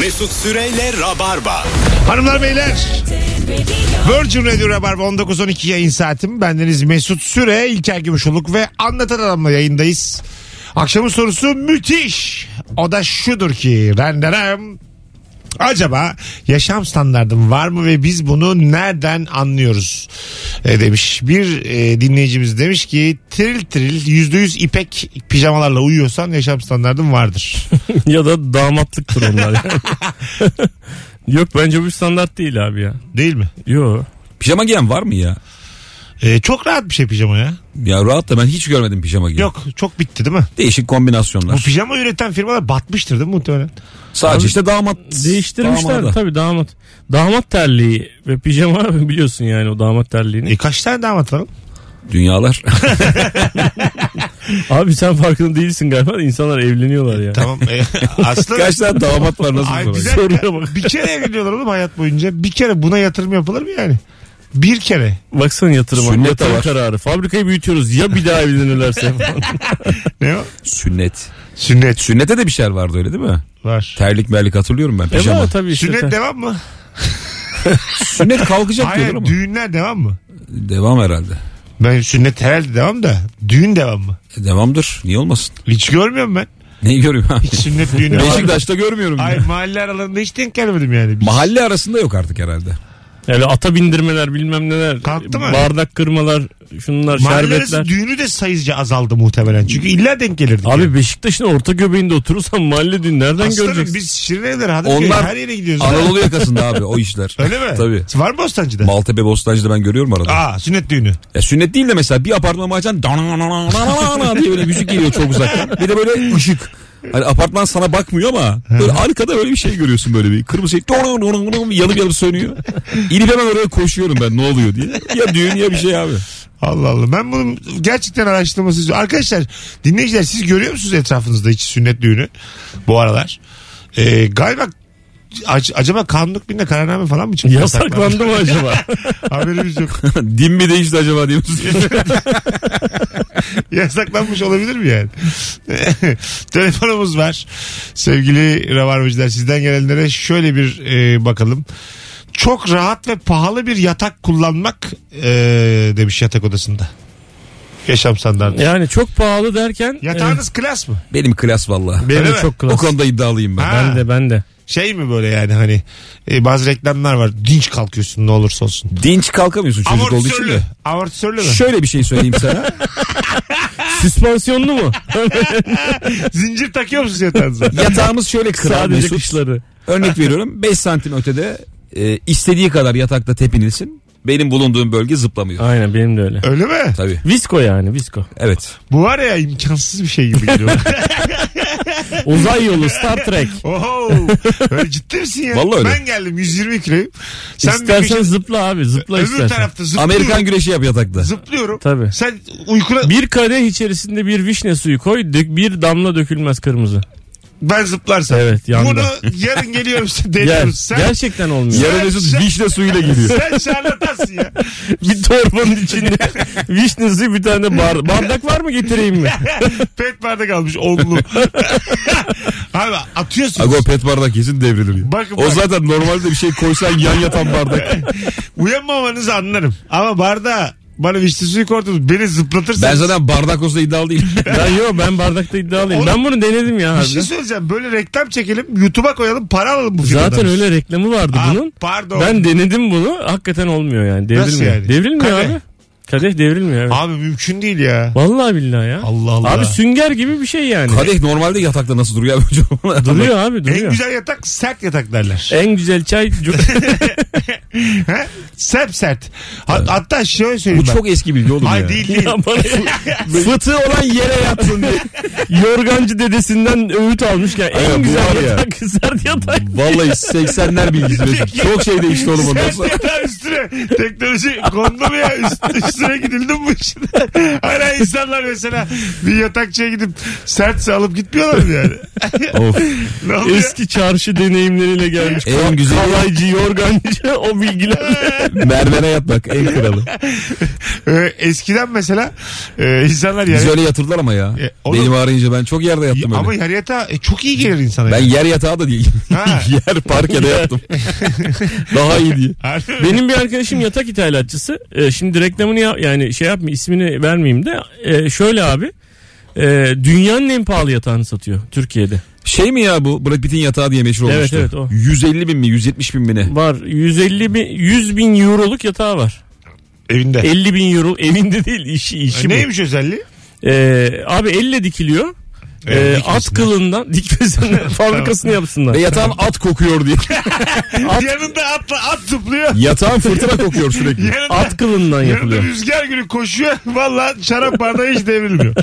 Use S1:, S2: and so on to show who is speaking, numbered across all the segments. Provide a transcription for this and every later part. S1: Mesut Süreyle Rabarba.
S2: Hanımlar beyler Virgin Radio Rabarba 19.12 yayın saatim. Bendeniz Mesut Süre, İlker Gümüşoluk ve Anlatan Adam'la yayındayız. Akşamın sorusu müthiş. O da şudur ki renderem. Acaba yaşam standardım var mı ve biz bunu nereden anlıyoruz E, demiş. Bir e, dinleyicimiz demiş ki tril tril %100 ipek pijamalarla uyuyorsan yaşam standardım vardır.
S3: ya da damatlıktır onlar yani. Yok bence bu standart değil abi ya.
S2: Değil mi?
S3: Yok.
S4: Pijama giyen var mı ya?
S2: E, çok rahat bir şey pijama ya.
S4: Ya rahat da ben hiç görmedim pijama giyen.
S2: Yok çok bitti değil mi?
S4: Değişik kombinasyonlar.
S2: Bu pijama üreten firmalar batmıştır değil mi muhtemelen?
S4: Sadece işte damat.
S3: Değiştirmişler
S4: damada.
S3: tabii damat. Damat terliği ve pijama biliyorsun yani o damat terliğini.
S2: E kaç tane damat var? oğlum?
S4: Dünyalar.
S3: Abi sen farkında değilsin galiba insanlar evleniyorlar ya.
S2: Tamam. E, aslında
S4: Kaç tane damat var nasıl
S2: Ay,
S4: bir
S2: bize-
S4: olay?
S3: Soruya bak.
S2: bir kere evleniyorlar oğlum hayat boyunca. Bir kere buna yatırım yapılır mı yani? Bir kere.
S3: Baksana yatırıma.
S4: Sünnet de
S3: yatırım
S4: var.
S3: kararı. Fabrikayı büyütüyoruz ya bir daha evlenirlerse falan.
S2: Ne o?
S4: Sünnet.
S2: Sünnet
S4: Sünnete de bir şeyler vardı öyle değil mi?
S2: var.
S4: Terlik merlik hatırlıyorum ben
S3: E
S4: pijama.
S3: var tabii işte.
S2: Sünnet devam mı?
S4: Sünnet kalkacak diyorlar
S2: Hayır
S4: ama.
S2: düğünler devam mı?
S4: Devam herhalde.
S2: Ben sünnet herhalde devam da düğün devam mı?
S4: E, Devamdır. Niye olmasın?
S2: Hiç görmüyorum ben.
S4: Neyi görüyorum abi?
S2: Hiç sünnet düğünü.
S4: Beşiktaş'ta görmüyorum.
S2: Ay
S4: ya.
S2: mahalle aralarında hiç denk gelmedim yani. Biz-
S4: Mahalle arasında yok artık herhalde.
S3: Yani ata bindirmeler bilmem neler.
S2: Kalktı mı?
S3: Bardak kırmalar şunlar
S2: Mahalle arası
S3: şerbetler.
S2: düğünü de sayıca azaldı muhtemelen. Çünkü illa denk gelirdik. yani.
S3: Abi Beşiktaş'ın orta göbeğinde oturursan mahalle düğünü nereden
S2: Aslanım
S3: göreceksin?
S2: biz Şirinevler Hadımköy
S4: Onlar
S2: her yere gidiyoruz.
S4: Anadolu yakasında abi o işler.
S2: Öyle mi?
S4: Tabii.
S2: Var mı Bostancı'da?
S4: Maltepe Bostancı'da ben görüyorum arada.
S2: Aa sünnet düğünü.
S4: Ya sünnet değil de mesela bir apartman açan diye böyle müzik geliyor çok uzaktan. Bir de böyle ışık. Hani apartman sana bakmıyor ama böyle arkada böyle bir şey görüyorsun böyle bir kırmızı şey yanıp yanıp sönüyor. İnip hemen oraya koşuyorum ben ne oluyor diye. Ya düğün ya bir şey abi.
S2: Allah Allah. Ben bunu gerçekten araştırması istiyorum. Arkadaşlar dinleyiciler siz görüyor musunuz etrafınızda hiç sünnet düğünü bu aralar? Ee, galiba ac- acaba kanun hükmünde kararname falan mı çıktı? Yasaklandı.
S3: Yasaklandı mı acaba?
S2: Haberimiz yok.
S4: Din mi değişti acaba diye.
S2: Yasaklanmış olabilir mi yani? Telefonumuz var. Sevgili Rabarbacılar sizden gelenlere şöyle bir e, bakalım. Çok rahat ve pahalı bir yatak kullanmak e, demiş yatak odasında. Yaşam standartı.
S3: yani çok pahalı derken.
S2: Yatağınız klas mı?
S4: Benim klas valla.
S3: e, ben
S2: Öyle
S3: de
S2: mi?
S3: çok
S4: O
S3: klas.
S4: konuda iddialıyım ben.
S2: Ha.
S3: Ben de ben de.
S2: Şey mi böyle yani hani e, bazı reklamlar var. Dinç kalkıyorsun ne olursa olsun.
S4: Dinç kalkamıyorsun çocuk olduğu için
S2: Amortisörlü.
S4: de.
S2: Amortisörlü mü?
S4: Şöyle bir şey söyleyeyim sana.
S3: Süspansiyonlu mu?
S2: Zincir takıyor musun yatağınıza?
S4: Yatağımız şöyle kral
S3: Sadece
S4: Mesut.
S3: kışları.
S4: Örnek veriyorum 5 santim ötede e, istediği kadar yatakta tepinilsin. Benim bulunduğum bölge zıplamıyor.
S3: Aynen benim de öyle.
S2: Öyle mi?
S4: Tabii
S3: Visko yani visko.
S4: evet.
S2: Bu var ya imkansız bir şey gibi geliyor.
S3: Uzay yolu Star Trek.
S2: Oho. Öyle ciddi misin ya?
S4: Vallahi öyle.
S2: Ben geldim 120 kiloyum. Sen bir
S3: İstersen
S2: köşe-
S3: zıpla abi zıpla
S2: öbür
S3: istersen.
S2: tarafta zıplıyorum.
S4: Amerikan güreşi yap yatakta.
S2: Zıplıyorum.
S3: Tabii.
S2: Sen uykuna...
S3: Bir kadeh içerisinde bir vişne suyu koy dök- bir damla dökülmez kırmızı.
S2: Ben zıplarsam.
S3: Evet, yandı.
S2: Bunu yarın geliyorum size
S3: Ger-
S2: deniyoruz. E, Sen,
S3: Gerçekten olmuyor.
S4: Yarın Mesut vişne suyuyla geliyor.
S2: sen şarlatansın ya.
S3: bir torbanın içinde vişne suyu bir tane bar- bardak var mı getireyim mi?
S2: Pet bardak almış onlu. Abi atıyorsunuz.
S4: Ago pet bardak kesin devrilir. ya.
S2: Bakın,
S4: O
S2: bak.
S4: zaten normalde bir şey koysan yan yatan bardak.
S2: Uyanmamanızı anlarım. Ama bardağa bana vişne suyu koydunuz. Beni zıplatırsınız.
S4: ben zaten bardak olsa iddialı değilim.
S3: Ben yok ben bardakta iddialıyım.
S2: Oğlum,
S3: ben bunu denedim ya.
S2: bir
S3: harbiden.
S2: şey söyleyeceğim. Böyle reklam çekelim. YouTube'a koyalım. Para alalım bu firmadan.
S3: Zaten öyle reklamı vardı
S2: Aa,
S3: bunun.
S2: pardon.
S3: Ben denedim bunu. Hakikaten olmuyor yani. Devrilmiyor.
S2: Nasıl yani?
S3: Devrilmiyor
S2: Kadeh.
S3: abi. Kadeh devrilmiyor. Evet.
S2: Abi mümkün değil ya.
S3: Vallahi billahi ya.
S2: Allah Allah.
S3: Abi sünger gibi bir şey yani.
S4: Kadeh normalde yatakta nasıl duruyor abi hocam?
S3: Duruyor abi duruyor.
S2: En güzel yatak sert yatak derler.
S3: En güzel çay cu-
S2: He? Sert sert. Ha- hatta şöyle
S4: Bu
S2: söyleyeyim ben.
S4: çok eski bilgi oğlum
S2: Ay
S4: ya.
S2: değil değil.
S3: Bana- fıtığı olan yere yatsın diye. Yorgancı dedesinden öğüt almışken en
S4: Aynen, bu var
S3: güzel
S4: ya.
S3: yatak sert yatak.
S4: Vallahi 80'ler bilgisi. Mesut. Çok şey değişti oğlum ondan
S2: Sert
S4: sonra.
S2: yatağın üstüne teknoloji kondu mu ya Üst- üstüne gidildi mi bu işin? Hala insanlar mesela bir yatakçıya gidip sertse alıp gitmiyorlar mı yani?
S4: Of.
S2: ne oluyor?
S3: Eski çarşı deneyimleriyle gelmiş.
S4: En güzeli
S3: Kalaycı, yorgancı o bilgiler.
S4: Mervene yatmak en kralı.
S2: Ee, eskiden mesela e, insanlar
S4: Biz
S2: yere...
S4: öyle yatırdılar ama ya.
S2: E, oğlum-
S4: Benim arayınca ben çok yerde yattım öyle.
S2: Ama yer yatağı e, çok iyi gelir insana.
S4: Ben
S2: yani.
S4: yer yatağı da değil.
S2: Ha.
S4: yer parkede yattım. Daha iyi diye.
S2: Harbi mi?
S3: Benim bir arkadaşım yatak ithalatçısı. Ee, şimdi reklamını yap- yani şey yapma ismini vermeyeyim de Ee, şöyle abi. Ee, dünyanın en pahalı yatağını satıyor Türkiye'de.
S4: Şey mi ya bu Brad Pitt'in yatağı diye meşhur
S3: Evet,
S4: olmuştu.
S3: evet, o.
S4: 150 bin mi 170 bin mi ne?
S3: Var 150 bin 100 bin euroluk yatağı var.
S2: Evinde.
S3: 50 bin euro evinde değil işi işi
S2: E,
S3: bu.
S2: Neymiş özelliği?
S3: Ee, abi elle dikiliyor.
S2: Evet,
S3: Ee,
S2: dikmesinler.
S3: at kılından dikmesinler fabrikasını yapsınlar.
S4: Ve yatağın at kokuyor diye.
S2: Yanında atla at zıplıyor.
S4: Yatağın fırtına kokuyor sürekli.
S2: Yanında,
S3: At kılından
S2: yanında
S3: yapılıyor.
S2: rüzgar günü koşuyor. Valla şarap bardağı hiç devrilmiyor.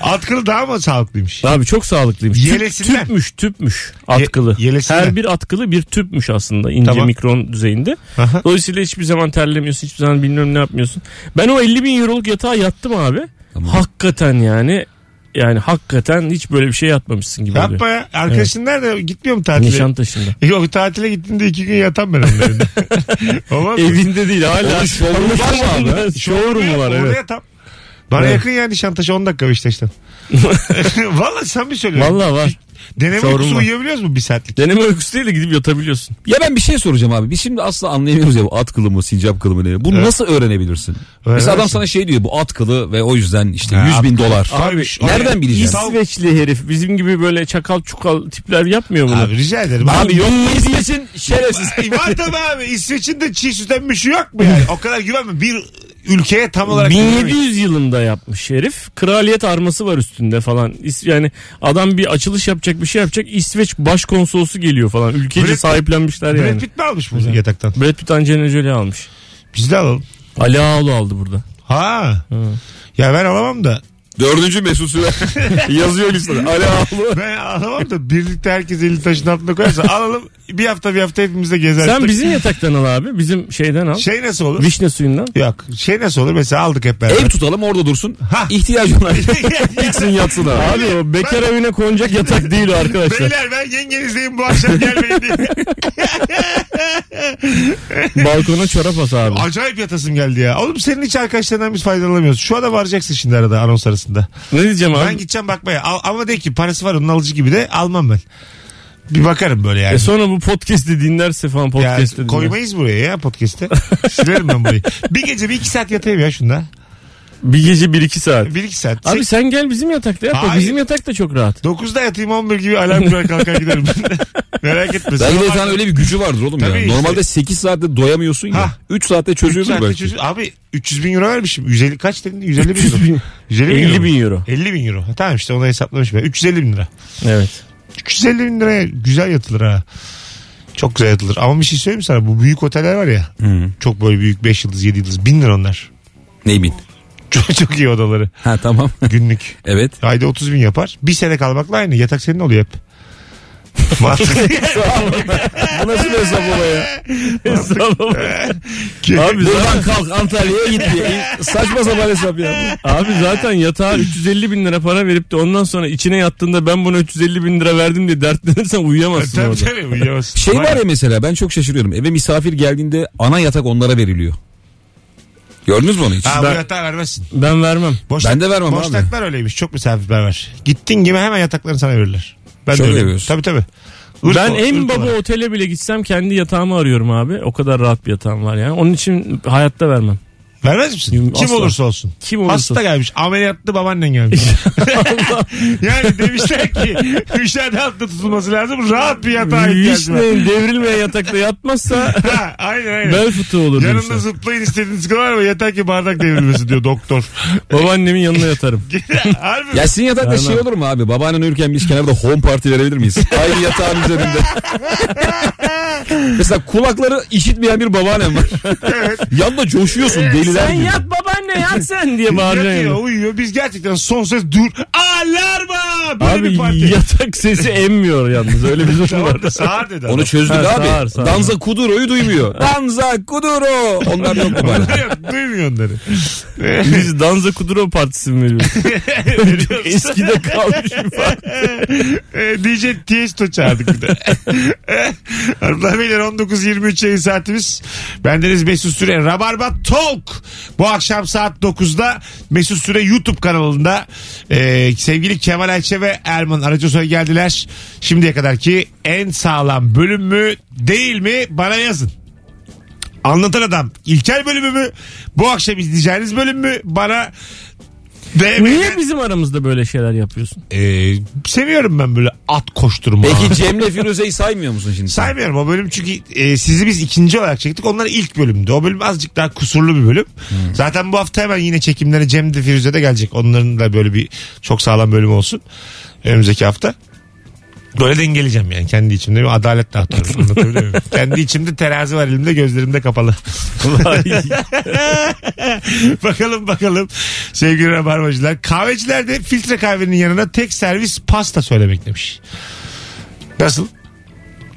S2: At kılı daha mı sağlıklıymış?
S3: Abi çok sağlıklıymış. Tüp-
S2: Yelesinden.
S3: tüpmüş tüpmüş atkılı.
S2: Ye- yelesinden.
S3: Her bir atkılı bir tüpmüş aslında ince
S2: Tamam.
S3: mikron düzeyinde.
S2: Aha.
S3: Dolayısıyla hiçbir zaman terlemiyorsun hiçbir zaman bilmiyorum ne yapmıyorsun. Ben o 50 bin euroluk yatağa yattım abi. Hakikaten yani yani hakikaten hiç böyle bir şey yatmamışsın gibi oluyor.
S2: Yapma ya. Arkadaşın nerede? Gitmiyor mu tatile?
S3: Nişantaşı'nda.
S2: Yok tatile gittiğinde iki gün yatan ben onun evinde. Olmaz mı?
S3: Evinde değil hala.
S4: Oğlum showroom var mı abi?
S3: Showroom var
S2: Orada
S3: evet.
S2: yatam. Bana
S3: Evet.
S2: yakın yani Nişantaşı 10 dakika Beşiktaş'tan. Valla sen mi söylüyorsun?
S3: Valla var.
S2: Deneme
S3: Showroom
S2: uykusu
S3: var.
S2: uyuyabiliyoruz mu bir saatlik?
S3: Deneme uykusu değil de gidip yatabiliyorsun.
S4: Ya ben bir şey soracağım abi. Biz şimdi asla anlayamıyoruz ya bu at kılı mı, sincap kılı mı ne. Bunu nasıl öğrenebilirsin? Mesela adam
S2: Öğrenemezsin.
S4: sana şey diyor bu at kılı ve o yüzden işte
S2: Ha,
S4: 100 bin dolar.
S2: Abi,
S4: Nereden bileceksin?
S3: İsveçli herif bizim gibi böyle çakal çukal tipler yapmıyor bunu.
S2: Abi rica ederim.
S4: Abi yok için şerefsiz.
S2: Ay, Var tabii abi. İsveç'in de çiğ süten bir şey yok mu yani? O kadar güvenme. Bir ülkeye tam olarak... güvenmeyin.
S3: 1700 yılında yapmış herif. Kraliyet arması var üstünde falan. İs- Yani adam bir açılış yapacak bir şey yapacak. İsveç başkonsolosu geliyor falan. Ülkece
S2: Brad Pitt-
S3: sahiplenmişler
S2: Brad
S3: yani.
S2: Pitt mi almış bunu yataktan?
S3: Brad Pitt Angelina Jolie almış.
S2: Biz de alalım.
S3: Ali Ağaoğlu aldı burada.
S2: Ha. Ya ben alamam da.
S4: Dördüncü Mesut Süre yazıyor listede. Ali Ağlı.
S2: Ben alamam da birlikte herkes elini taşın altına koyarsa alalım. Bir hafta bir hafta hepimiz de gezer.
S3: Sen bizim yataktan al abi. Bizim şeyden al.
S2: Şey nasıl olur?
S3: Vişne suyundan.
S2: Yok. Şey nasıl olur? Mesela aldık hep beraber.
S4: Ev tutalım orada dursun.
S2: Ha.
S4: İhtiyacın var. Gitsin yatsın abi.
S3: Abi o bekar evine konacak yatak değil o arkadaşlar.
S2: Beyler ben yengenizdeyim bu akşam gelmeyin diye.
S3: Balkona çorap as abi.
S2: Acayip yatasım geldi ya. Oğlum senin hiç arkadaşlarından biz faydalanamıyoruz. Şu anda varacaksın şimdi arada anons arasında.
S3: Ne diyeceğim abi?
S2: Ben gideceğim bakmaya. Al- ama de ki parası var onun alıcı gibi de almam ben. Bir bakarım böyle yani.
S3: E sonra bu podcast'i dinlerse falan
S2: Ya
S3: podcast'i dinler.
S2: koymayız buraya ya podcast'te. Silerim ben burayı. Bir gece bir iki saat yatayım ya şunda.
S3: Bir gece bir iki saat.
S2: Bir iki saat.
S3: Abi
S2: Sek-
S3: sen gel bizim yatakta yap. Bak
S2: Hayır.
S3: Bizim yatak da çok rahat.
S2: 9'da yatayım 11 gibi alarm kurar kalkar giderim. Merak etme.
S4: Belki de
S2: Sabah-
S4: sana öyle bir gücü vardır oğlum
S2: Tabii
S4: ya.
S2: işte.
S4: Normalde 8 saatte doyamıyorsun
S2: Ha.
S4: ya. 3 saatte
S2: Üç
S4: çözüyorsun
S2: saatte
S4: belki.
S2: çözüyor. Abi 300 bin euro vermişim. 150 kaç dedin? 150 bin
S3: 300
S2: euro.
S3: bin.
S2: 150
S3: 50
S2: mu?
S3: bin euro.
S2: 50 bin euro. Ha, Tamam işte onu hesaplamış ben. 350 bin lira.
S3: Evet.
S2: 350 bin liraya güzel yatılır ha. Çok güzel yatılır. Ama bir şey söyleyeyim mi sana? Bu büyük oteller var ya. Çok böyle büyük 5 yıldız 7 yıldız. 1000 lira onlar.
S4: Ney bin?
S2: Çok, çok iyi odaları.
S4: Ha tamam.
S2: Günlük.
S4: evet.
S2: Ayda 30 bin yapar. Bir sene kalmakla aynı. Yatak senin oluyor hep. Mantıklı.
S4: Bu nasıl bir hesap ya?
S3: abi, zaten,
S4: Buradan kalk Antalya'ya git diye. Saçma sapan hesap ya.
S3: abi zaten yatağa 350 bin lira para verip de ondan sonra içine yattığında ben buna 350 bin lira verdim diye dertlenirsen
S4: E,
S3: uyuyamazsın
S2: tabii
S3: orada.
S2: tabii uyuyamazsın.
S4: Şey var ya mesela ben çok şaşırıyorum. Eve misafir geldiğinde ana yatak onlara veriliyor. Gördünüz mü onu hiç?
S2: Ha, bu
S3: Ben-
S2: yatağı vermezsin.
S3: Ben vermem.
S2: Boşluk,
S4: Ben de vermem abi.
S2: boşluklar öyleymiş. Çok misafirperver. Gittin gibi hemen yataklarını sana verirler. Ben
S4: Şöyle
S2: de öyle.
S4: yapıyorsun.
S2: Tabii tabii. Irk
S3: ben
S2: o-
S3: en
S2: ırk
S3: baba
S2: olarak.
S3: otele bile gitsem kendi yatağımı arıyorum abi. O kadar rahat bir yatağım var yani. Onun için hayatta vermem.
S2: Vermez misin?
S3: Yum-
S2: Kim
S3: asla.
S2: olursa olsun.
S3: Kim olursa
S2: Hasta
S3: olsun.
S2: gelmiş. Ameliyatlı babaannen gelmiş. yani demişler ki müşahede altta tutulması lazım. Rahat bir yatağa ihtiyacı var.
S3: Vişne'nin devrilmeyen yatakta yatmazsa
S2: Ha, aynen aynen.
S3: bel fıtığı olur
S2: Yanımda
S3: demişler.
S2: zıplayın istediğiniz kadar ama yeter ki bardak devrilmesin diyor doktor.
S3: Babaannemin yanına yatarım.
S2: Harbi.
S4: Ya sizin yatakta
S3: Vermem.
S4: şey olur mu abi? Babaannen uyurken biz kenarda home party verebilir miyiz? Aynı yatağın üzerinde. Mesela kulakları işitmeyen bir babaannem var.
S2: Evet.
S4: Yanında coşuyorsun deli. geceler
S3: sen
S4: diyor.
S3: yat babaanne yat sen diye bağıracaksın.
S2: Yatıyor
S3: yani.
S2: uyuyor. Biz gerçekten son ses dur. Alarma! Böyle bir parti.
S3: Abi yatak sesi emmiyor yalnız öyle bir sorun var.
S2: Tamam, Sağır dedi adam.
S4: Onu çözdük
S3: Ha,
S4: abi.
S3: sağır, sağır.
S4: Danza Kuduro'yu duymuyor. Danza Kuduro. Onlar yok mu bari?
S2: Yok, Duymuyor onları.
S3: Biz Danza Kuduro partisi mi veriyoruz? Eskide kalmış bir parti.
S2: Ee, DJ Tiesto çağırdık bir de. Hanımlar beyler 19.23 yayın saatimiz. Bendeniz Mesut Süre. Rabarba Talk. Bu akşam saat 9'da Mesut Süre YouTube kanalında e, sevgili Kemal Ayçe ve Erman Aracasoy geldiler. Şimdiye kadarki en sağlam bölüm mü değil mi bana yazın. Anlatan Adam İlker bölümü mü? Bu akşam izleyeceğiniz bölüm mü? Bana DM'den-
S3: Niye bizim aramızda böyle şeyler yapıyorsun?
S2: Ee, seviyorum ben böyle at koşturma.
S4: Peki Cem'le Firuze'yi saymıyor musun şimdi? sen?
S2: Saymıyorum o bölüm çünkü e, sizi biz ikinci olarak çektik. Onlar ilk bölümdü. O bölüm azıcık daha kusurlu bir bölüm. Zaten bu hafta hemen yine çekimlere Cem de Firuze de gelecek. Onların da böyle bir çok sağlam bölüm olsun. Önümüzdeki hafta. Böyle dengeleyeceğim yani kendi içimde bir adalet dağıtıyorum. Anlatabiliyor muyum? kendi içimde terazi var elimde gözlerimde kapalı. bakalım bakalım sevgili rabarbacılar. Kahveciler de filtre kahvenin yanına tek servis pasta söylemek demiş. Nasıl?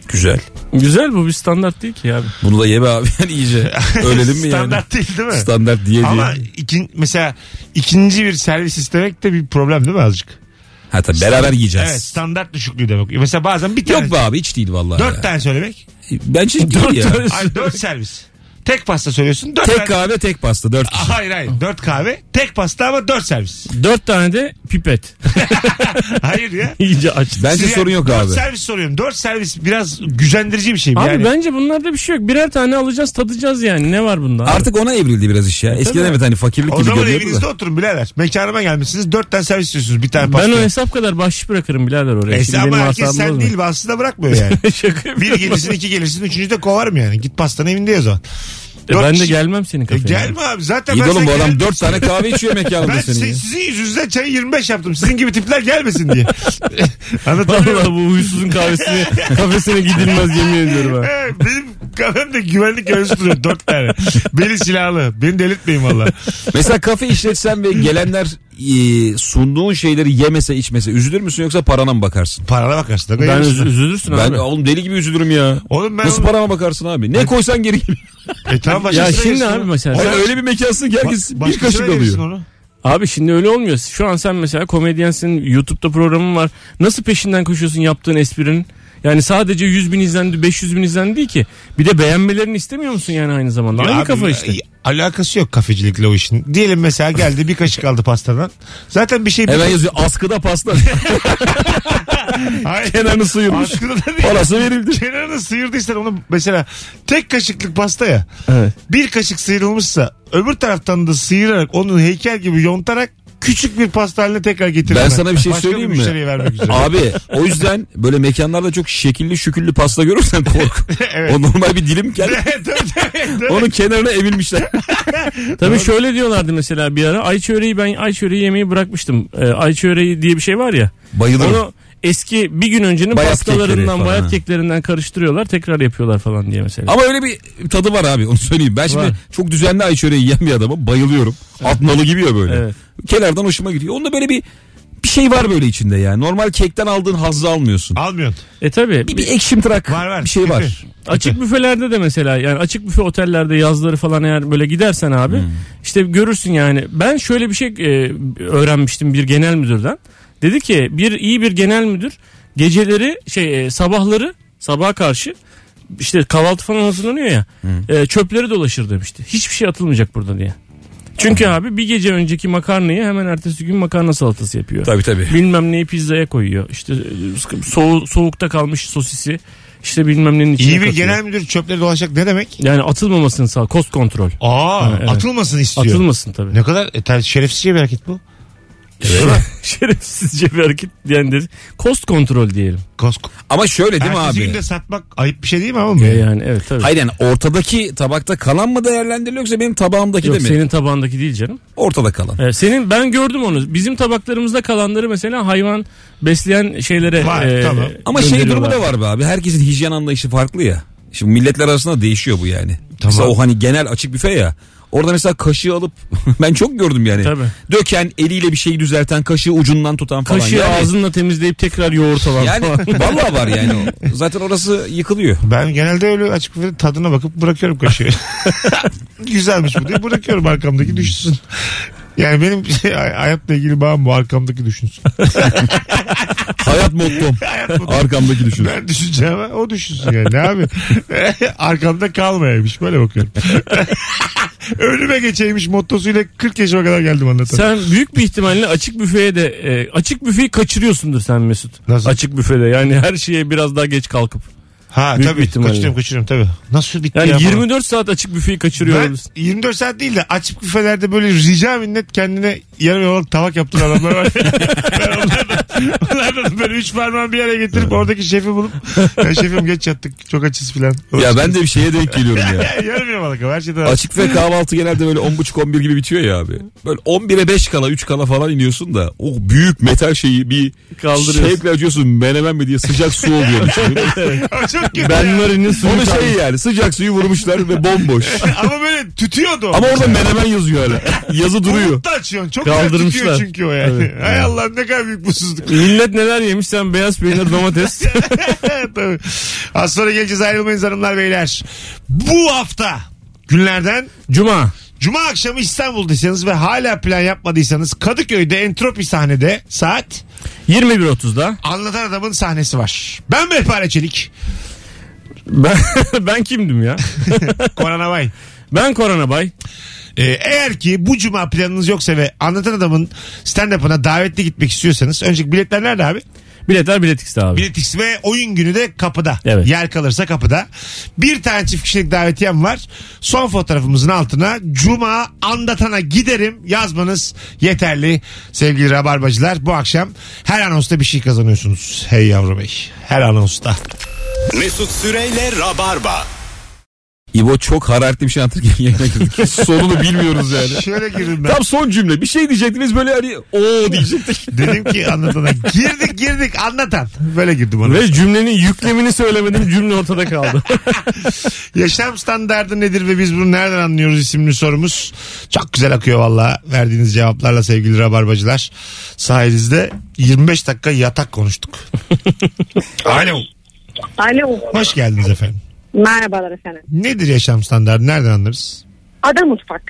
S4: Güzel.
S3: Güzel bu bir standart değil ki abi.
S4: Bunu da ye be abi yani iyice. Ölelim mi yani?
S2: Standart değil değil mi?
S4: Standart diye
S2: Ama
S4: diye.
S2: ikin, mesela ikinci bir servis istemek de bir problem değil mi azıcık?
S4: Ha tabii beraber yiyeceğiz.
S2: Evet standart düşüklüğü demek. Mesela bazen bir tane.
S4: Yok be abi hiç değil vallahi.
S2: Dört
S4: ya.
S2: tane söylemek.
S4: Bence hiç değil ya.
S3: tane-
S2: Ay dört servis. Tek pasta söylüyorsun. Dört
S4: Tek
S2: tane-
S4: kahve tek pasta dört kişi.
S2: Hayır hayır. Dört kahve. Tek pasta ama dört servis.
S3: Dört tane de pipet.
S2: Hayır ya.
S3: İyice açtı.
S4: Bence
S2: Siz yani
S4: sorun yok
S2: dört
S4: abi.
S2: servis soruyorum. Dört servis biraz gücendirici bir şey.
S3: Abi
S2: yani.
S3: bence bunlarda bir şey yok. Birer tane alacağız tadacağız yani. Ne var bunda? abi?
S4: Artık ona evrildi biraz iş ya. Eskiden evet hani fakirlik
S2: O
S4: gibi
S2: zaman
S4: görüyordu
S2: evinizde
S4: da.
S2: oturun birader. Mekanıma gelmişsiniz. Dört tane servis istiyorsunuz. Bir tane pasta.
S3: ben o hesap kadar bahşiş bırakırım birader oraya.
S2: Neyse
S3: Şimdi
S2: ama
S3: benim
S2: herkes
S3: asabım
S2: E sen
S3: bozma.
S2: değil. Aslında da bırakmıyor yani.
S3: Şaka yapıyorum.
S2: Bir gelirsin iki gelirsin üçüncü de kovarım yani. Git pastanın evinde yaz o zaman.
S3: E
S2: Dört
S3: ben de
S2: kişi-
S3: gelmem senin
S2: E
S3: kafeye.
S2: gelme abi zaten
S4: İyi de
S2: ben
S4: oğlum bu
S2: sana
S4: adam
S2: geldim.
S4: dört tane kahve içiyor
S2: şey. ben şey
S4: mekanında
S2: si-
S4: senin. ya.
S2: sizin yüzünüzden çayı 25 yaptım. Sizin gibi tipler gelmesin diye. Anlatabiliyor
S3: Vallahi
S2: muyum?
S3: bu huysuzun kahvesine, kafesine gidilmez yemin ediyorum ha.
S2: Evet, Benim kafemde güvenlik görevlisi duruyor dört tane. Beni silahlı. Beni delirtmeyin valla.
S4: Mesela kafe işletsen ve gelenler e, sunduğun şeyleri yemese içmese üzülür müsün yoksa parana mı bakarsın?
S2: Parana bakarsın. da
S3: Ben
S2: görürsün.
S3: üz- üzülürsün
S4: Ben
S3: abi.
S4: oğlum deli gibi üzülürüm ya.
S2: Oğlum ben
S4: Nasıl
S2: onu-
S4: parama bakarsın abi? Ne koysan geri geliyor.
S2: E tamam
S3: Ya
S2: başkasına
S3: şimdi
S2: verirsin
S3: abi
S2: onu.
S3: mesela.
S4: Oğlum
S3: sen-
S4: öyle bir mekansın ki herkes
S2: Ba-
S4: bir
S2: başkasına
S4: kaşık
S2: verirsin
S4: alıyor.
S2: onu.
S3: Abi şimdi öyle olmuyor. Şu an sen mesela komedyensin, YouTube'da programın var. Nasıl peşinden koşuyorsun yaptığın esprinin? Yani sadece 100 bin izlendi, 500 bin izlendi değil ki. Bir de beğenmelerini istemiyor musun yani aynı zamanda?
S2: Ya
S3: Aynı
S2: abi,
S3: kafa işte.
S2: e, Alakası yok kafecilikle o işin. Diyelim mesela geldi bir kaşık aldı pastadan. Zaten bir
S3: E,
S2: şey...
S4: Hemen yazıyor askıda pasta.
S2: Hayır.
S4: Kenan'ı sıyırmış.
S2: Aşkına da değil.
S4: Parası verildi.
S2: kenarını sıyırdıysan onu mesela tek kaşıklık pasta ya.
S3: Evet.
S2: Bir kaşık sıyrılmışsa öbür taraftan da sıyırarak onu heykel gibi yontarak küçük bir pasta haline tekrar getirmek.
S4: Ben sana bir şey söyleyeyim
S2: Başka bir
S4: mi?
S2: müşteriye vermek üzere.
S4: Abi o yüzden böyle mekanlarda çok şekilli şüküllü pasta görürsen kork.
S2: Evet.
S4: O normal bir dilimken
S2: Evet, evet, evet.
S4: onun kenarına evilmişler.
S3: Tabii şöyle diyorlardı mesela bir ara. Ay çöreği ben ay çöreği yemeyi bırakmıştım. Ee, ay çöreği diye bir şey var ya.
S4: Bayılırım.
S3: Onu eski bir gün öncenin
S4: Bayat kekleri
S3: pastalarından,
S4: falan,
S3: bayat
S4: ha.
S3: keklerinden karıştırıyorlar. Tekrar yapıyorlar falan diye mesela.
S4: Ama öyle bir tadı var abi onu söyleyeyim. Ben şimdi
S3: Var.
S4: çok düzenli ay çöreği yiyen bir adamım. Bayılıyorum. At nalı gibi ya böyle.
S3: Evet.
S4: Kenardan hoşuma gidiyor. Onda böyle bir bir şey var böyle içinde yani. Normal kekten aldığın hazzı almıyorsun.
S2: Almıyorsun.
S3: E tabii.
S4: Bir, bir ekşimtırak
S2: Var, var.
S4: bir şey var.
S2: Kötü.
S3: Açık büfelerde de mesela yani açık büfe otellerde yazları falan eğer böyle gidersen abi işte görürsün yani. Ben şöyle bir şey e, öğrenmiştim bir genel müdürden. Dedi ki bir iyi bir genel müdür geceleri şey e, sabahları sabaha karşı işte kahvaltı falan hazırlanıyor ya e, çöpleri dolaşır demişti. Hiçbir şey atılmayacak burada diye. Çünkü abi bir gece önceki makarnayı hemen ertesi gün makarna salatası yapıyor
S4: Tabii tabii.
S3: bilmem neyi pizzaya koyuyor. İşte e, soğu- soğukta kalmış sosisi işte bilmem nenin içine
S2: İyi bir
S3: katıyor.
S2: genel müdür çöpleri dolaşacak ne demek?
S3: Yani atılmamasını sağ kost kontrol.
S2: Aa
S3: evet.
S2: atılmasın istiyor.
S3: Atılmasın tabii.
S2: Ne kadar e, ter- şerefsizce bir hareket bu.
S3: Şerefsizce bir hareket diyendir. Kost kontrol diyelim.
S2: Kosko.
S4: Ama şöyle değil mi
S2: Ertesi
S4: abi? Ee,
S2: günde satmak ayıp bir şey değil mi oğlum?
S3: E yani evet tabii.
S4: Hayır yani ortadaki tabakta kalan mı değerlendiriliyor yoksa benim tabağımdaki
S3: Yok
S4: de mi?
S3: senin tabağındaki değil canım.
S4: Ortada kalan.
S3: E, senin ben gördüm onu. Bizim tabaklarımızda kalanları mesela hayvan besleyen şeylere
S2: Var,
S3: e,
S2: tamam.
S4: Ama şey durumu
S3: gönderiyorlar.
S4: da var be abi. Herkesin hijyen anlayışı farklı ya. Şimdi milletler arasında değişiyor bu yani.
S2: Tamam.
S4: Mesela o hani genel açık büfe ya. Orada mesela kaşığı alıp ben çok gördüm yani.
S3: Tabii.
S4: Döken, eliyle bir şeyi düzelten, kaşığı ucundan tutan falan.
S3: Kaşığı
S4: yani,
S3: ağzınla temizleyip tekrar yoğurt alan
S4: Yani
S3: falan.
S4: vallahi var yani. o. Zaten orası yıkılıyor.
S2: Ben genelde öyle açık büfede tadına bakıp bırakıyorum kaşığı. Güzelmiş bu diye bırakıyorum arkamdaki düşünsün. Yani benim şey, hay- hayatla ilgili bağım bu arkamdaki düşünsün.
S4: Hayat mottom. Arkamdaki düşün.
S2: Ben düşüneceğim o düşünsün yani ne abi. Arkamda kalmayaymış böyle bakıyorum. Önüme geçeymiş mottosuyla 40 yaşıma kadar geldim anlatan.
S3: Sen büyük bir ihtimalle açık büfeye de e, açık büfeyi kaçırıyorsundur sen Mesut.
S2: Nasıl?
S3: Açık büfede yani her şeye biraz daha geç kalkıp.
S2: Ha
S3: Büyük
S2: tabii
S3: ihtimalle.
S2: kaçırıyorum kaçırıyorum tabii. Nasıl bitti
S3: Yani
S2: ya? falan.
S3: 24 saat açık büfeyi kaçırıyor
S2: Ben
S3: olabilirsin.
S2: 24 saat değil de açık büfelerde böyle rica minnet kendine yarım yamalak tavak yaptıran adamlar var. ben onlardan, onlardan böyle üç parmağını bir yere getirip oradaki şefi bulup "Ya şefim geç yattık çok açız filan.
S4: Ya ben de bir şeye denk geliyorum ya.
S2: yarım yamalak ama her şey şeyden az.
S4: Açık ve kahvaltı genelde böyle 10.30-11 gibi bitiyor ya abi. Böyle 11'e 5 kala 3 kala falan iniyorsun da o büyük metal şeyi bir
S3: Kaldırıyorsun.
S4: şevkle açıyorsun menemen mi diye sıcak su oluyor.
S2: Ama çok kötü ya.
S3: Ben Marin'in suyunu
S4: Onu şey yani sıcak suyu vurmuşlar ve bomboş.
S2: Ama böyle tütüyordu.
S4: Ama orada menemen yazıyor hala. Yazı duruyor.
S2: da açıyorsun. Çok güzel tütüyor
S3: Kaldırmışlar.
S2: çünkü o yani. Hay Allah ne kadar büyük mutsuzluk.
S3: Millet neler yemiş sen beyaz peynir domates.
S2: Tabii. Az sonra geleceğiz ayrılmayın hanımlar beyler. Bu hafta günlerden
S3: Cuma.
S2: Cuma akşamı İstanbul'daysanız ve hala plan yapmadıysanız Kadıköy'de Entropi sahnede saat
S3: 21.30'da.
S2: Anlatan Adam'ın sahnesi var. Ben Mehpare Çelik.
S3: Ben, ben kimdim ya?
S2: Konan Havay.
S3: Ben Korona Bay.
S2: Ee, eğer ki bu cuma planınız yoksa ve Anlatan Adam'ın stand-up'ına davetli gitmek istiyorsanız önceki biletler nerede abi?
S3: Biletler biletikste abi.
S2: Biletix ve oyun günü de kapıda.
S3: Evet.
S2: Yer kalırsa kapıda. Bir tane çift kişilik davetiyem var. Son fotoğrafımızın altına Cuma Andatan'a giderim yazmanız yeterli sevgili Rabarbacılar. Bu akşam her anonsta bir şey kazanıyorsunuz. Hey yavrum bey. Her anonsta.
S1: Mesut Süreyle Rabarba.
S4: İbo çok hararetli bir şey anlatırken yayına girdik. Sonunu bilmiyoruz yani.
S2: Şöyle girdim ben.
S4: Tam son cümle. Bir şey diyecektiniz böyle hani o diyecektik.
S2: Dedim ki Andatan'a girdik girdik Anlatan. Böyle girdim ona.
S3: Ve cümlenin yüklemini söylemedim cümle ortada kaldı.
S2: Yaşam standardı nedir ve biz bunu nereden anlıyoruz isimli sorumuz. Çok güzel akıyor valla verdiğiniz cevaplarla sevgili rabarbacılar. Sayenizde 25 dakika yatak konuştuk. Alo.
S5: Alo.
S2: Hoş geldiniz efendim.
S5: Merhabalar efendim.
S2: Nedir yaşam standardı nereden anlarız?
S5: Ada mutfak.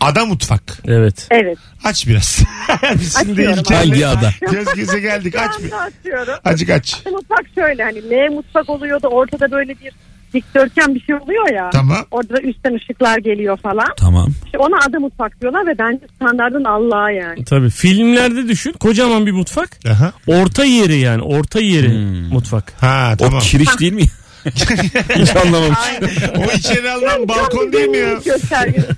S2: Ada mutfak.
S3: evet.
S5: Evet.
S2: Aç biraz. Biz şimdi
S5: Açıyorum.
S2: ilk kez-
S4: Hangi ada?
S2: Göz göze geldik aç bir.
S5: Ben de atıyorum.
S2: Acık aç.
S5: Ada mutfak şöyle hani L mutfak oluyor da ortada böyle bir dikdörtgen bir şey oluyor ya.
S2: Tamam.
S5: Orada da üstten ışıklar geliyor falan.
S4: Tamam.
S5: İşte ona ada mutfak diyorlar ve bence standartın Allah'a yani.
S3: Tabii filmlerde düşün kocaman bir mutfak.
S2: Aha.
S3: Orta yeri yani orta yeri
S4: Hmm.
S3: mutfak.
S2: Ha
S4: O
S2: tamam.
S4: kiriş değil mi? Hiç anlamamış.
S2: O içeri alınan balkon
S5: Tam
S2: değil mi
S5: bir
S2: ya?
S5: göstergesi.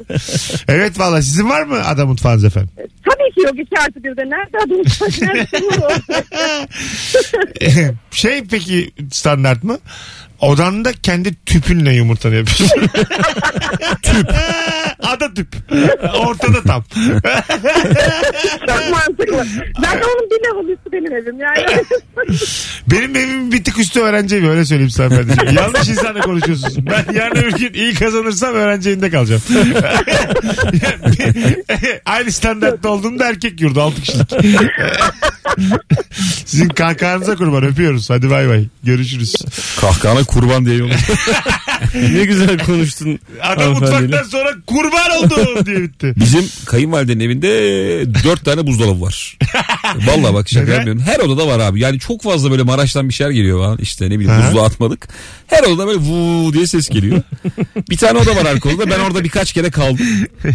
S2: Evet valla sizin var mı ada mutfağınız efendim?
S5: Tabii ki yok iki artı birde. Nerede ada mutfak? Nerede bu?
S2: şey peki standart mı? Odanda kendi tüpünle yumurtanı yapıyorsun. tüp. Ada tüp. Ortada tam.
S5: Çok mantıklı. Zaten onun bir level üstü benim evim yani.
S2: Benim evim bir tık üstü öğrenci evi öyle söyleyeyim sana kardeşim. Yanlış insanla konuşuyorsunuz. Ben yarın öbür gün iyi kazanırsam öğrenci evinde kalacağım. Aynı standartta olduğumda erkek yurdu 6 kişilik. Sizin kahkahanıza kurban öpüyoruz. Hadi bay bay. Görüşürüz.
S4: Kahkahana kurban diye yolluyor.
S3: Ne güzel konuştun.
S2: Adam
S3: hanımefendiyle.
S2: mutfaktan sonra kurban oldu diye bitti.
S4: Bizim kayınvalidenin evinde dört tane buzdolabı var. Vallahi bak şaka
S2: Neden?
S4: yapmıyorum. Her odada var abi. Yani çok fazla böyle Maraş'tan bir şeyler geliyor falan. İşte ne bileyim
S2: Ha.
S4: buzluğa atmadık. Her odada böyle vuu diye ses geliyor. bir tane oda var arka odada. Ben orada birkaç kere kaldım.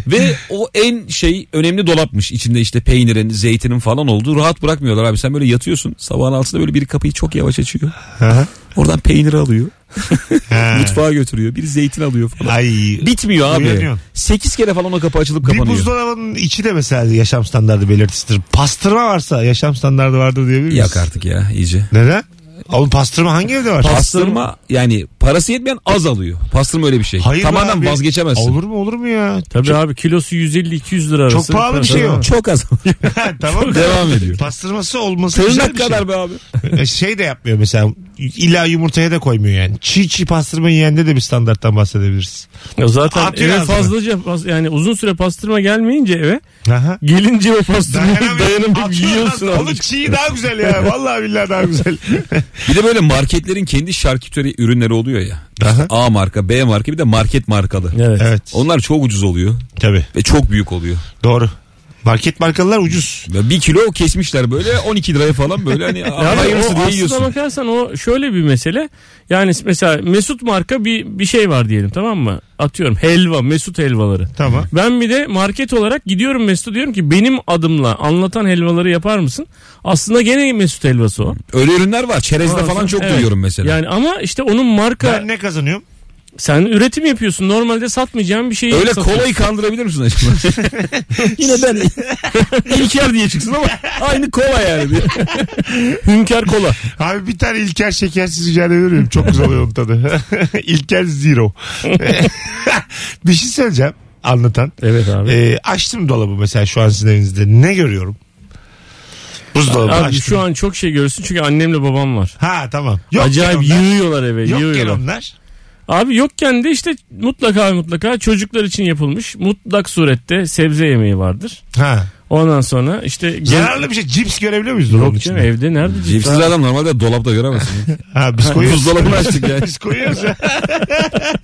S4: Ve o en şey önemli dolapmış. İçinde işte peynirin, zeytinin falan olduğu. Rahat bırakmıyorlar abi. Sen böyle yatıyorsun. Sabahın altında böyle biri kapıyı çok yavaş açıyor.
S2: Aha.
S4: Oradan peyniri alıyor.
S2: Ha.
S4: Mutfağa götürüyor. Bir zeytin alıyor falan.
S2: Ay.
S4: Bitmiyor abi.
S2: Uyanıyorsun.
S4: 8 kere falan o kapı açılıp
S2: Bir
S4: kapanıyor.
S2: buzdolabının içi de mesela yaşam standardı belirtisidir. Pastırma varsa yaşam standardı vardır diyebilir miyiz?
S4: Yok artık ya iyice.
S2: Neden? Oğlum pastırma hangi evde var?
S4: Pastırma yani parası yetmeyen az alıyor. Pastırma öyle bir şey.
S2: Hayır be
S4: Tamamen
S2: abi.
S4: vazgeçemezsin.
S2: Olur mu olur mu ya?
S3: Tabii abi kilosu 150-200 lira arası.
S2: Çok pahalı bir şey o.
S4: Çok az alıyor.
S2: tamam.
S4: Devam ediyor.
S2: Pastırması olması güzel
S4: Tırnak
S2: bir şey.
S4: kadar be abi.
S2: E, şey de yapmıyor mesela illa yumurtaya da koymuyor yani. Çiğ çiğ pastırma yiyende de bir standarttan bahsedebiliriz.
S3: Ya zaten
S2: Atıyor
S3: eve
S2: ağzına.
S3: fazlaca pas- yani uzun süre pastırma gelmeyince eve
S2: Aha.
S3: gelince o pastırmayı
S2: Dayanamıyor.
S3: dayanamıp
S2: Atıyor
S3: yiyorsun
S2: lan. Oğlum
S3: abi.
S2: çiğ daha güzel ya. Vallahi billahi daha güzel.
S4: Bir de böyle marketlerin kendi şarküteri ürünleri oluyor ya.
S2: Aha.
S4: A marka, B marka bir de market markalı.
S3: Evet.
S2: Evet.
S4: Onlar çok ucuz oluyor
S2: Tabii.
S4: ve çok büyük oluyor.
S2: Doğru. Market markalılar ucuz.
S4: Ve bir kilo kesmişler böyle 12 liraya falan böyle hani
S3: Ya abi o
S4: hayırlısı diye
S3: aslına
S4: yiyorsun.
S3: bakarsan o şöyle bir mesele. Yani mesela Mesut marka bir bir şey var diyelim tamam mı? Atıyorum helva, Mesut helvaları.
S2: Tamam.
S3: Ben bir de market olarak gidiyorum Mesut'a diyorum ki benim adımla anlatan helvaları yapar mısın? Aslında gene Mesut helvası o.
S4: Öyle ürünler var. Çerezde falan çok
S3: Evet.
S4: duyuyorum mesela.
S3: Yani ama işte onun marka
S2: Ben ne kazanıyorum?
S3: sen üretim yapıyorsun. Normalde satmayacağın bir şeyi
S4: Öyle
S3: satıyorsun.
S4: kolayı kandırabilir misin acaba? Yine ben İlker diye çıksın ama aynı kola yani. diye.
S3: Hünkar kola.
S2: Abi bir tane İlker şekersiz rica ediyorum. Çok güzel oluyor onun tadı. İlker Zero. bir şey söyleyeceğim anlatan.
S3: Evet abi.
S2: Ee, açtım dolabı mesela şu an sizin evinizde. Ne görüyorum? Buzdolabı
S3: Abi
S2: açtım.
S3: şu an çok şey görürsün çünkü annemle babam var.
S2: Ha tamam. Yok
S3: Acayip
S2: gel onlar.
S3: yığıyorlar eve
S2: Yok gel
S3: yığıyorlar.
S2: onlar.
S3: Abi yokken de işte mutlaka ve mutlaka çocuklar için yapılmış mutlak surette sebze yemeği vardır.
S2: Ha.
S3: Ondan sonra işte gel-
S2: Zararlı bir şey. Cips görebiliyor muyuz? dolabın
S3: Yok canım
S2: içinde?
S3: evde nerede cips?
S4: Cipsiz
S3: abi?
S4: adam normalde dolapta göremezsin.
S2: Ha biz koyuyoruz.
S4: Buzdolabını açtık ya.
S2: biz koyuyoruz. ya.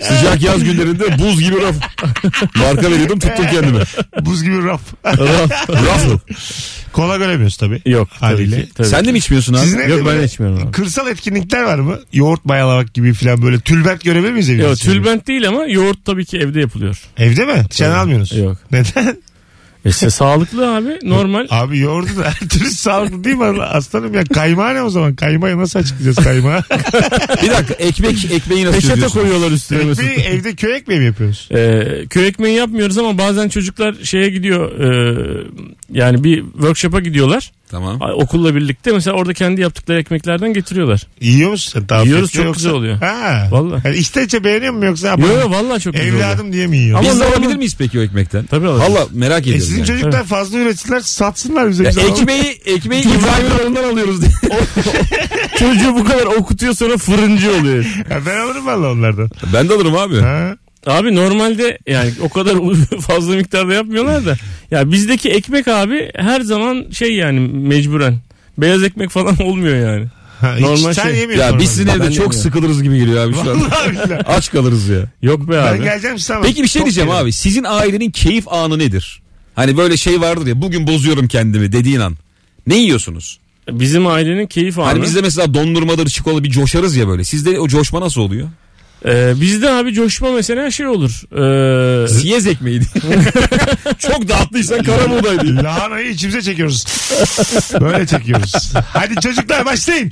S4: Sıcak yaz günlerinde buz gibi raf. Marka veriyordum tuttum kendime.
S2: Buz gibi raf.
S4: Raf.
S2: Kola göremiyoruz tabii.
S3: Yok tabii
S2: Haliyle.
S3: ki. Tabii.
S4: Sen de mi içmiyorsun abi?
S2: Sizin evde
S3: Yok, ben
S2: böyle
S3: içmiyorum abi.
S2: Kırsal etkinlikler var mı? Yoğurt bayalamak gibi falan böyle. Tülbent görebilir miyiz evinizde?
S3: Yok tülbent değil ama yoğurt tabii ki evde yapılıyor.
S2: Evde mi? Dışarı almıyorsunuz.
S3: Yok.
S2: Neden?
S3: E işte sağlıklı abi normal.
S2: Abi yoğurdu da her türlü sağlıklı değil mi aslanım ya? Kaymağı ne o zaman? Kaymağı nasıl açıklayacağız kaymağı?
S4: Bir dakika ekmek ekmeği nasıl
S3: Peçete
S4: çözüyorsun?
S3: koyuyorlar üstüne
S2: Bir
S3: mesela.
S2: evde köy ekmeği mi yapıyoruz?
S3: Ee, köy ekmeği yapmıyoruz ama bazen çocuklar şeye gidiyor e, yani bir workshop'a gidiyorlar
S4: Tamam.
S3: Ay, okulla birlikte mesela orada kendi yaptıkları ekmeklerden getiriyorlar.
S2: Yiyor musun sen? Daha
S3: Yiyoruz,
S2: fethiye
S3: çok güzel oluyor.
S2: Ha.
S3: Vallahi.
S2: Yani içten içe beğeniyor mu yoksa?
S3: Yo
S2: aman,
S3: yo vallahi çok güzel oluyor.
S2: Evladım diye mi yiyor?
S3: Ama
S4: Biz de
S3: normal-
S4: alabilir miyiz peki o ekmekten?
S3: Tabii alırız.
S4: Valla merak
S2: E
S4: ediyorum.
S2: sizin
S4: yani.
S2: çocuklar fazla üretsinler satsınlar bize.
S4: Ya
S2: biz alalım.
S4: ekmeği ekmeği İbrahim'in oğlundan alıyoruz diye.
S3: Çocuğu bu kadar okutuyor sonra fırıncı oluyor.
S2: Ya ben alırım valla onlardan.
S4: ben de alırım abi.
S2: Ha?
S3: Abi normalde yani o kadar fazla miktarda yapmıyorlar da. Ya bizdeki ekmek abi her zaman şey yani mecburen. Beyaz ekmek falan olmuyor yani.
S2: ha hiç
S3: Normal
S2: sen
S3: şey.
S2: yemiyorsun.
S4: Ya biz sizin
S2: normalde.
S4: evde
S3: Ben
S4: çok
S3: yemiyorum.
S4: sıkılırız gibi geliyor abi şu an.
S2: Vallahi billahi.
S4: Aç kalırız ya.
S3: Yok be
S2: Ben
S3: abi.
S2: geleceğim sana.
S4: Peki bir şey
S2: Çok
S4: diyeceğim
S2: yerim.
S4: abi. Sizin ailenin keyif anı nedir? Hani böyle şey vardır ya bugün bozuyorum kendimi dediğin an. Ne yiyorsunuz?
S3: Bizim ailenin keyif anı.
S4: Hani bizde mesela dondurmadır çikolata bir coşarız ya böyle. Sizde o coşma nasıl oluyor?
S3: Ee, bizde abi coşma mesela şey olur. Ee,
S4: Siyez ekmeği diye. Çok dağıttıysan kara buğday diye.
S2: Lahanayı içimize çekiyoruz. Böyle çekiyoruz. Hadi çocuklar başlayın.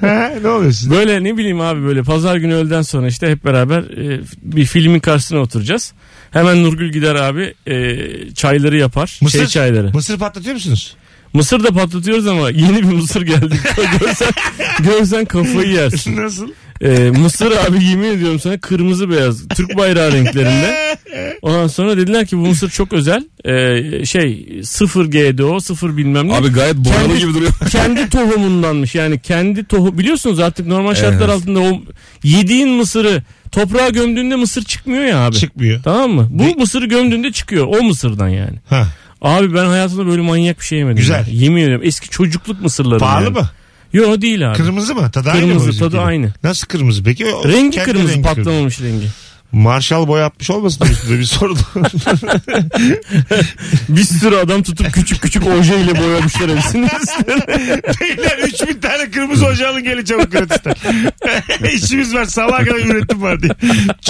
S2: Ha, ne oluyorsun?
S3: Böyle ne bileyim abi böyle pazar günü öğleden sonra işte hep beraber e, bir filmin karşısına oturacağız. Hemen Nurgül gider abi e, çayları yapar.
S2: Mısır?
S3: Şey çayları.
S2: Mısır patlatıyor musunuz?
S3: Mısır da patlatıyoruz ama yeni bir mısır geldi. görsen, görsen kafayı yersin.
S2: Nasıl?
S3: Ee, mısır abi yemin ediyorum sana kırmızı beyaz Türk bayrağı renklerinde. Ondan sonra dediler ki bu mısır çok özel. Ee, şey sıfır GDO sıfır bilmem ne.
S4: Abi gayet boğalı
S3: Kendi-
S4: gibi duruyor.
S3: kendi tohumundanmış yani kendi tohum biliyorsunuz artık normal şartlar
S4: Evet.
S3: altında o yediğin mısırı toprağa gömdüğünde mısır çıkmıyor ya abi.
S2: Çıkmıyor.
S3: Tamam mı? Bu mısırı gömdüğünde çıkıyor o mısırdan yani.
S2: Ha,
S3: Abi ben hayatımda böyle manyak bir şey yemedim.
S2: Güzel.
S3: ya. Yemin ediyorum eski çocukluk mısırları.
S2: pahalı
S3: yani.
S2: mı?
S3: Yo değil abi.
S2: Kırmızı mı? Tadı aynı mı?
S3: Kırmızı,
S2: bizimkiyle?
S3: tadı aynı.
S2: Nasıl kırmızı peki? O-
S3: rengi
S2: kendi
S3: kırmızı
S2: rengi
S3: patlamamış rengi.
S2: Marshall boy atmış olmasın üstünde bir sorun.
S3: Bir sürü adam tutup küçük küçük oje ile boyamışlar hepsini.
S2: Beyler 3000 tane kırmızı hoca alın gelin çabuk gratis'ten. İşimiz var sabaha kadar üretim var diye.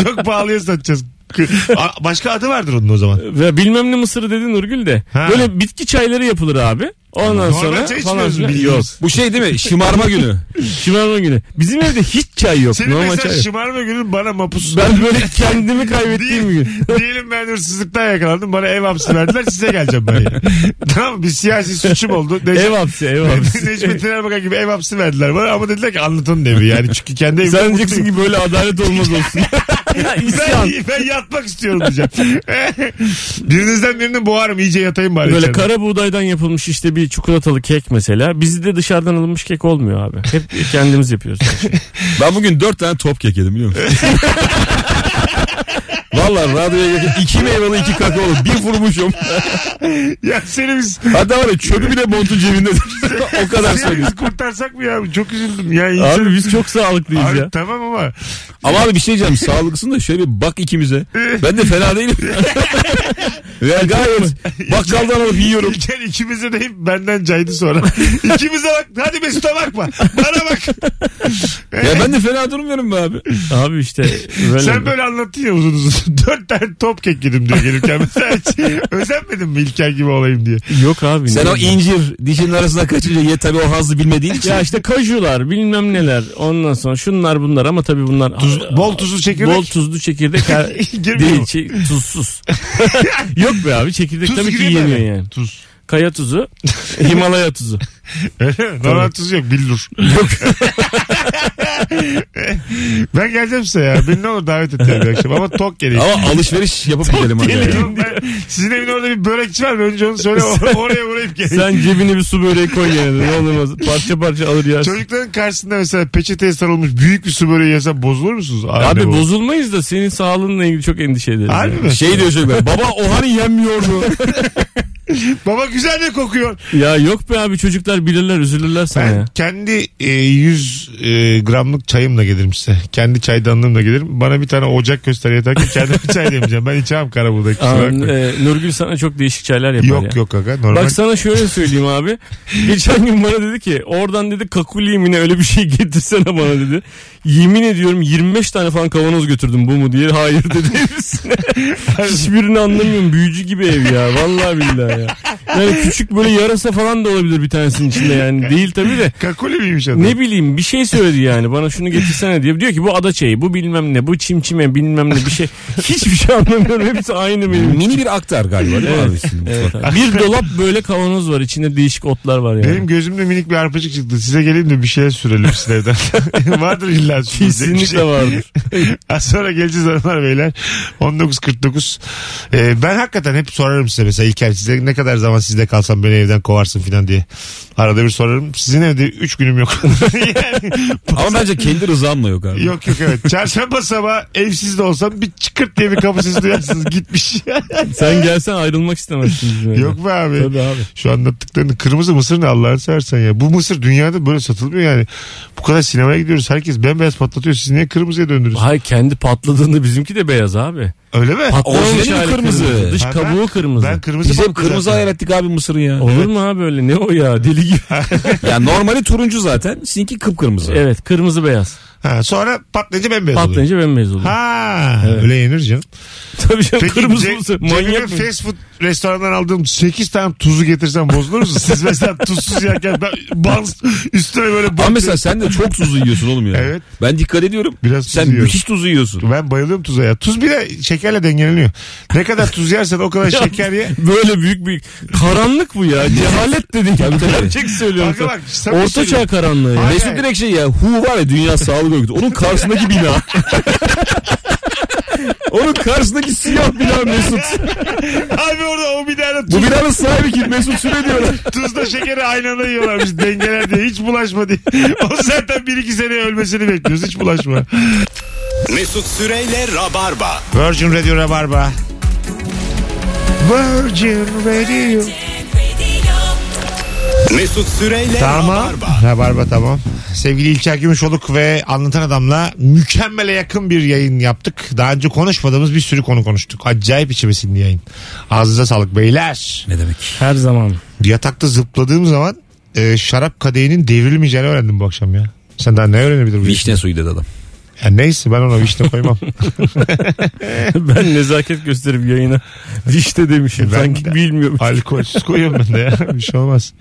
S2: Çok pahalıya satacağız. Kı- A- Başka adı vardır onun o zaman.
S3: Ve bilmem ne mısırı dedi Nurgül de.
S2: Ha.
S3: Böyle bitki çayları yapılır abi. Ondan
S2: Normal
S3: sonra
S2: çay
S3: falan
S2: içmiyoruz
S3: filan.
S2: biliyoruz.
S3: Yok.
S4: Bu şey değil mi? Şımarma günü.
S3: Şımarma günü. Bizim evde hiç çay yok.
S2: Senin
S3: Normal
S2: mesela
S3: çay yok.
S2: şımarma günün bana mapus.
S3: Ben böyle kendimi kaybettiğim bir gün.
S2: Diyelim ben hırsızlıktan yakalandım. Bana ev hapsi verdiler. Size geleceğim ben. yani. tamam mı? bir siyasi suçum oldu. Necmi,
S3: Ev hapsi ev hapsi.
S2: Necmi Tinerbakan gibi ev hapsi verdiler bana. Ama dediler ki anlatanın evi. Yani çünkü kendi evimde
S3: Sen
S2: mutluyum.
S3: diyeceksin ki böyle adalet olmaz olsun.
S2: Ben,
S3: İsyan.
S2: ben yatmak istiyorum diyeceğim. Birinizden birini boğarım. iyice yatayım bari.
S3: Böyle
S2: içeride.
S3: kara buğdaydan yapılmış işte bir çikolatalı kek mesela. Bizde dışarıdan alınmış kek olmuyor abi. Hep kendimiz yapıyoruz.
S4: Ben bugün dört tane top kek yedim biliyor musun? Vallahi radyoya gelirken iki meyveli iki kakaolu bir vurmuşum.
S2: Ya seni biz,
S4: Hatta var ya çöpü bile montun cebindedir. o kadar
S2: seni
S4: söylüyorum.
S2: biz kurtarsak mı ya? Çok üzüldüm ya. İnsan...
S3: abi biz çok sağlıklıyız
S2: Abi
S3: ya.
S2: tamam ama
S4: Ama abi bir şey diyeceğim sağlıklısın da şöyle bir bak ikimize. Ben de fena değilim. Ve gayet bakkaldan alıp yiyorum.
S2: İlker ikimize deyip benden caydı sonra. İkimize bak. Hadi Mesut'a bakma. Bana bak.
S4: Ya ben de fena durmuyorum be abi.
S3: Abi işte böyle.
S2: Sen böyle anlattın ya uzun uzun. Dört tane top kek yedim diyor gelirken. Mesela hiç özenmedin mi İlker gibi olayım diye.
S3: Yok abi.
S4: Sen
S3: ne
S4: o
S3: bileyim.
S4: incir dişinin arasına kaçınca ye tabii o hazzı bilmediğin için.
S3: Ya işte kajular bilmem neler ondan sonra şunlar bunlar ama tabii bunlar
S2: Tuz- bol tuzlu çekirdek.
S3: bol tuzlu çekirdek ha-
S2: Girmiyor
S3: değil
S2: mu?
S3: çe- tuzsuz. Yok be abi çekirdek
S2: Tuz
S3: tabii ki
S2: giriyor mu
S3: yemiyor
S2: eve?
S3: yani.
S2: Tuz.
S3: Kaya tuzu, Himalaya tuzu.
S2: Normal tuz yok. Billur. Yok. ben geleceğim size ya. Beni ne olur davet et ya bir akşam. Ama tok geleyim.
S4: Ama alışveriş yapıp gidelim hadi. ya.
S2: Yok, ben- sizin evin orada bir börekçi var mı? Önce onu söyle or- oraya uğrayıp geleyim.
S3: Sen cebine bir su böreği koy yani ne olmaz. Parça parça alır yersin.
S2: Çocukların karşısında mesela peçeteye sarılmış büyük bir su böreği yesem bozulur musunuz?
S3: Abi
S2: Anne bu.
S3: bozulmayız da senin sağlığınla ilgili çok endişe ederiz.
S2: Harbi
S3: yani.
S2: mi?
S4: Şey diyor çocuklar baba o hani yenmiyordu.
S2: Baba güzel de kokuyor.
S3: Ya yok be abi çocuklar bilirler üzülürler sana
S2: Ben
S3: ya.
S2: kendi e, 100 e, gramlık çayımla gelirim size. Kendi çaydanlığımla gelirim. Bana bir tane ocak göster yeter ki kendim bir çay demeyeceğim. Ben içemem karabuğdaki. kusura
S3: Aa,
S2: bakmayın.
S3: e, Nurgül sana çok değişik şeyler yapar ya.
S2: şey Yok yok kaka normal.
S3: Bak sana şöyle söyleyeyim abi. Geçen gün bana dedi ki oradan dedi kakuli mi ne öyle bir şey getirsene bana dedi. Yemin ediyorum 25 tane falan kavanoz götürdüm bu mu diye. Hayır dedi hepsine. Hiçbirini anlamıyorum. Büyücü gibi ev ya. Vallahi billahi ya. Yani küçük böyle yarasa falan da olabilir bir tanesinin içinde yani. Değil tabii de.
S2: Kakuli miymiş adam?
S3: Ne bileyim bir şey söyledi yani bana şunu getirsene diye. Diyor ki bu ada çayı bu bilmem ne bu çimçime bilmem ne bir şey. Hiçbir şey anlamıyorum hepsi aynı benim.
S4: Mini bir aktar galiba değil mi
S3: Evet.
S4: abi şimdi? mutfak?
S3: Bir dolap böyle kavanoz var içinde değişik otlar var yani.
S2: Benim gözümde minik bir arpacık çıktı. Size geleyim de bir şeyler sürelim sizin evden. Vardır illa sürülecek bir
S3: Kesinlikle
S2: şey.
S3: vardır.
S2: Az sonra geleceğiz hanımlar beyler. 19.49. Ee, ben hakikaten hep sorarım size mesela İlker size ne kadar zaman sizde kalsam beni evden kovarsın filan diye. Arada bir sorarım. Sizin evde 3 günüm yok. yani,
S4: Ama bence kendi rızamla yok abi.
S2: yok yok evet. Çarşamba sabah evsiz de olsam bir çıkırt diye bir kapı sesi duyarsınız gitmiş.
S3: Sen gelsen ayrılmak istemezsin. bizim evden.
S2: yok be abi.
S3: Tabii abi.
S2: Şu anlattıklarını kırmızı mısır ne Allah'ını seversen ya. Bu mısır dünyada böyle satılmıyor yani. Bu kadar sinemaya gidiyoruz. Herkes bembeyaz patlatıyor. Siz niye kırmızıya döndünüz?
S3: Hayır kendi patladığında bizimki de beyaz abi.
S2: Öyle mi?
S4: Orijinali mi
S3: hali
S4: kırmızı?
S3: Dış
S2: Ha, ben-
S3: kabuğu kırmızı.
S2: Ben kırmızı
S4: Biz hep
S2: patlıcan-
S4: kırmızı hayal ettik abi Mısır'ı ya.
S3: Olur mu abi öyle? Ne o ya? Deli gibi.
S4: Ya normali turuncu zaten. Sizinki kıpkırmızı.
S3: evet kırmızı beyaz.
S2: Ha, sonra patlayınca bembeyaz oluyor.
S3: Patlayınca bembeyaz oluyor.
S2: Ha öyle yenir canım.
S3: Tabii canım
S2: Peki
S3: kırmızı
S2: ce-
S3: mısır.
S2: cebime
S3: Manyak mı?
S2: fast food restorandan aldığım 8 tane tuzu getirsem bozulur musun? Siz mesela tuzsuz yerken ben bal üstüne böyle bal-
S4: Ama mesela sen de çok tuzlu yiyorsun oğlum ya.
S2: Evet.
S4: Ben dikkat ediyorum.
S2: Biraz
S4: sen
S2: tuz yiyorum.
S4: müthiş tuzlu yiyorsun.
S2: Ben bayılıyorum tuza ya. Tuz bir de şekerle dengeleniyor. Ne kadar tuz yersen o kadar şeker ye.
S3: Böyle büyük bir karanlık bu ya. Cehalet dedin ya.
S4: tabii.
S3: Gerçek söylüyorum.
S2: Kanka
S3: sana.
S2: bak, sana bir şey
S3: Orta çağ karanlığı ya.
S2: Hayır,
S4: Mesut
S2: hayır.
S4: direkt şey ya Hu var ya Dünya Sağlık Örgütü. Onun karşısındaki bina. Onun karşısındaki siyah bina Mesut.
S2: Abi orada o bir tane
S4: Bu
S2: tuz,
S4: binanın sahibi kim? Mesut Süre diyorlar.
S2: tuzla şekeri aynı anda yiyorlar biz dengeler diye. Hiç bulaşma diye. O zaten 1-2 sene ölmesini bekliyoruz. Hiç bulaşma.
S1: Mesut Süreyle Rabarba.
S2: Virgin Radio Rabarba. Virgin Radio.
S1: Mesut Süreyle
S2: Tamam.
S1: Rabarba.
S2: Rabarba tamam. Sevgili İlker Gümüşoluk ve Anlatan Adam'la mükemmele yakın bir yayın yaptık. Daha önce konuşmadığımız bir sürü konu konuştuk. Acayip içime sindi yayın. Ağzınıza sağlık beyler.
S4: Ne demek?
S3: Her zaman.
S2: Yatakta zıpladığım zaman e, şarap kadehinin devrilmeyeceğini öğrendim bu akşam ya. Sen daha ne öğrenebilir bu?
S4: Vişne suyu dedi adam.
S2: Ya neyse ben ona vişne koymam.
S3: ben nezaket gösterip yayına. İşte demişim
S2: Ben
S3: sanki
S2: de-
S3: bilmiyorum.
S2: Alkolsüz koyuyorum ben de ya. Bir şey olmaz.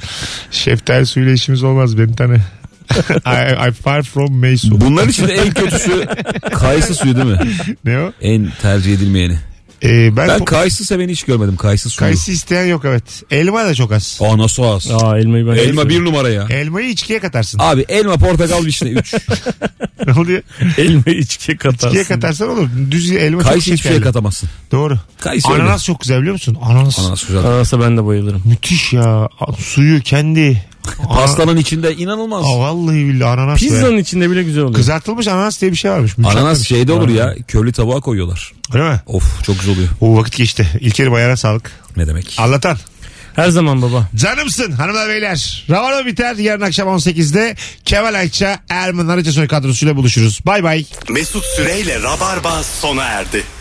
S2: Şeftali suyuyla işimiz olmaz benim tane. I, I far from Meysu.
S4: Bunlar için de en kötüsü kayısı suyu değil mi?
S2: Ne o?
S4: En tercih edilmeyeni.
S2: Ee, ben
S4: Ben
S2: ben
S4: kayısı seveni hiç görmedim. Kayısı suyu.
S2: kayısı isteyen yok evet. Elma da çok az.
S4: Aa nasıl az?
S3: Aa elmayı ben
S4: elma bir numara ya.
S2: Elmayı içkiye katarsın.
S4: Abi elma portakal vişne 3.
S2: ne oluyor?
S3: elmayı içkiye katarsın.
S2: İçkiye katarsan olur. Düz elma çok
S4: Kayısı hiçbir
S2: şekerli.
S4: şeye katamazsın.
S2: Doğru.
S4: Kayısı öyle.
S2: Ananas çok güzel biliyor musun? Ananas.
S4: Ananas güzel.
S3: Ananasa ben de bayılırım.
S2: Müthiş ya. A- Suyu kendi. Ana-
S4: Pastanın içinde inanılmaz.
S2: Aa, vallahi billahi ananas be.
S3: Pizzanın içinde bile güzel oluyor.
S2: Kızartılmış ananas diye bir şey varmış. Mükemmel.
S4: Ananas şeyde olur ya. Köylü tabağa koyuyorlar.
S2: Öyle mi?
S4: Of çok güzel oluyor.
S2: O vakit geçti. İlker'im ayağına sağlık.
S4: Ne demek?
S2: Anlatan.
S3: Her zaman baba.
S2: Canımsın hanımlar beyler. Ravarma biter. Yarın akşam 18'de Kemal Ayça, Erman Arıca Soy kadrosuyla buluşuruz. Bay bay.
S1: Mesut Süreyle Rabarba sona erdi.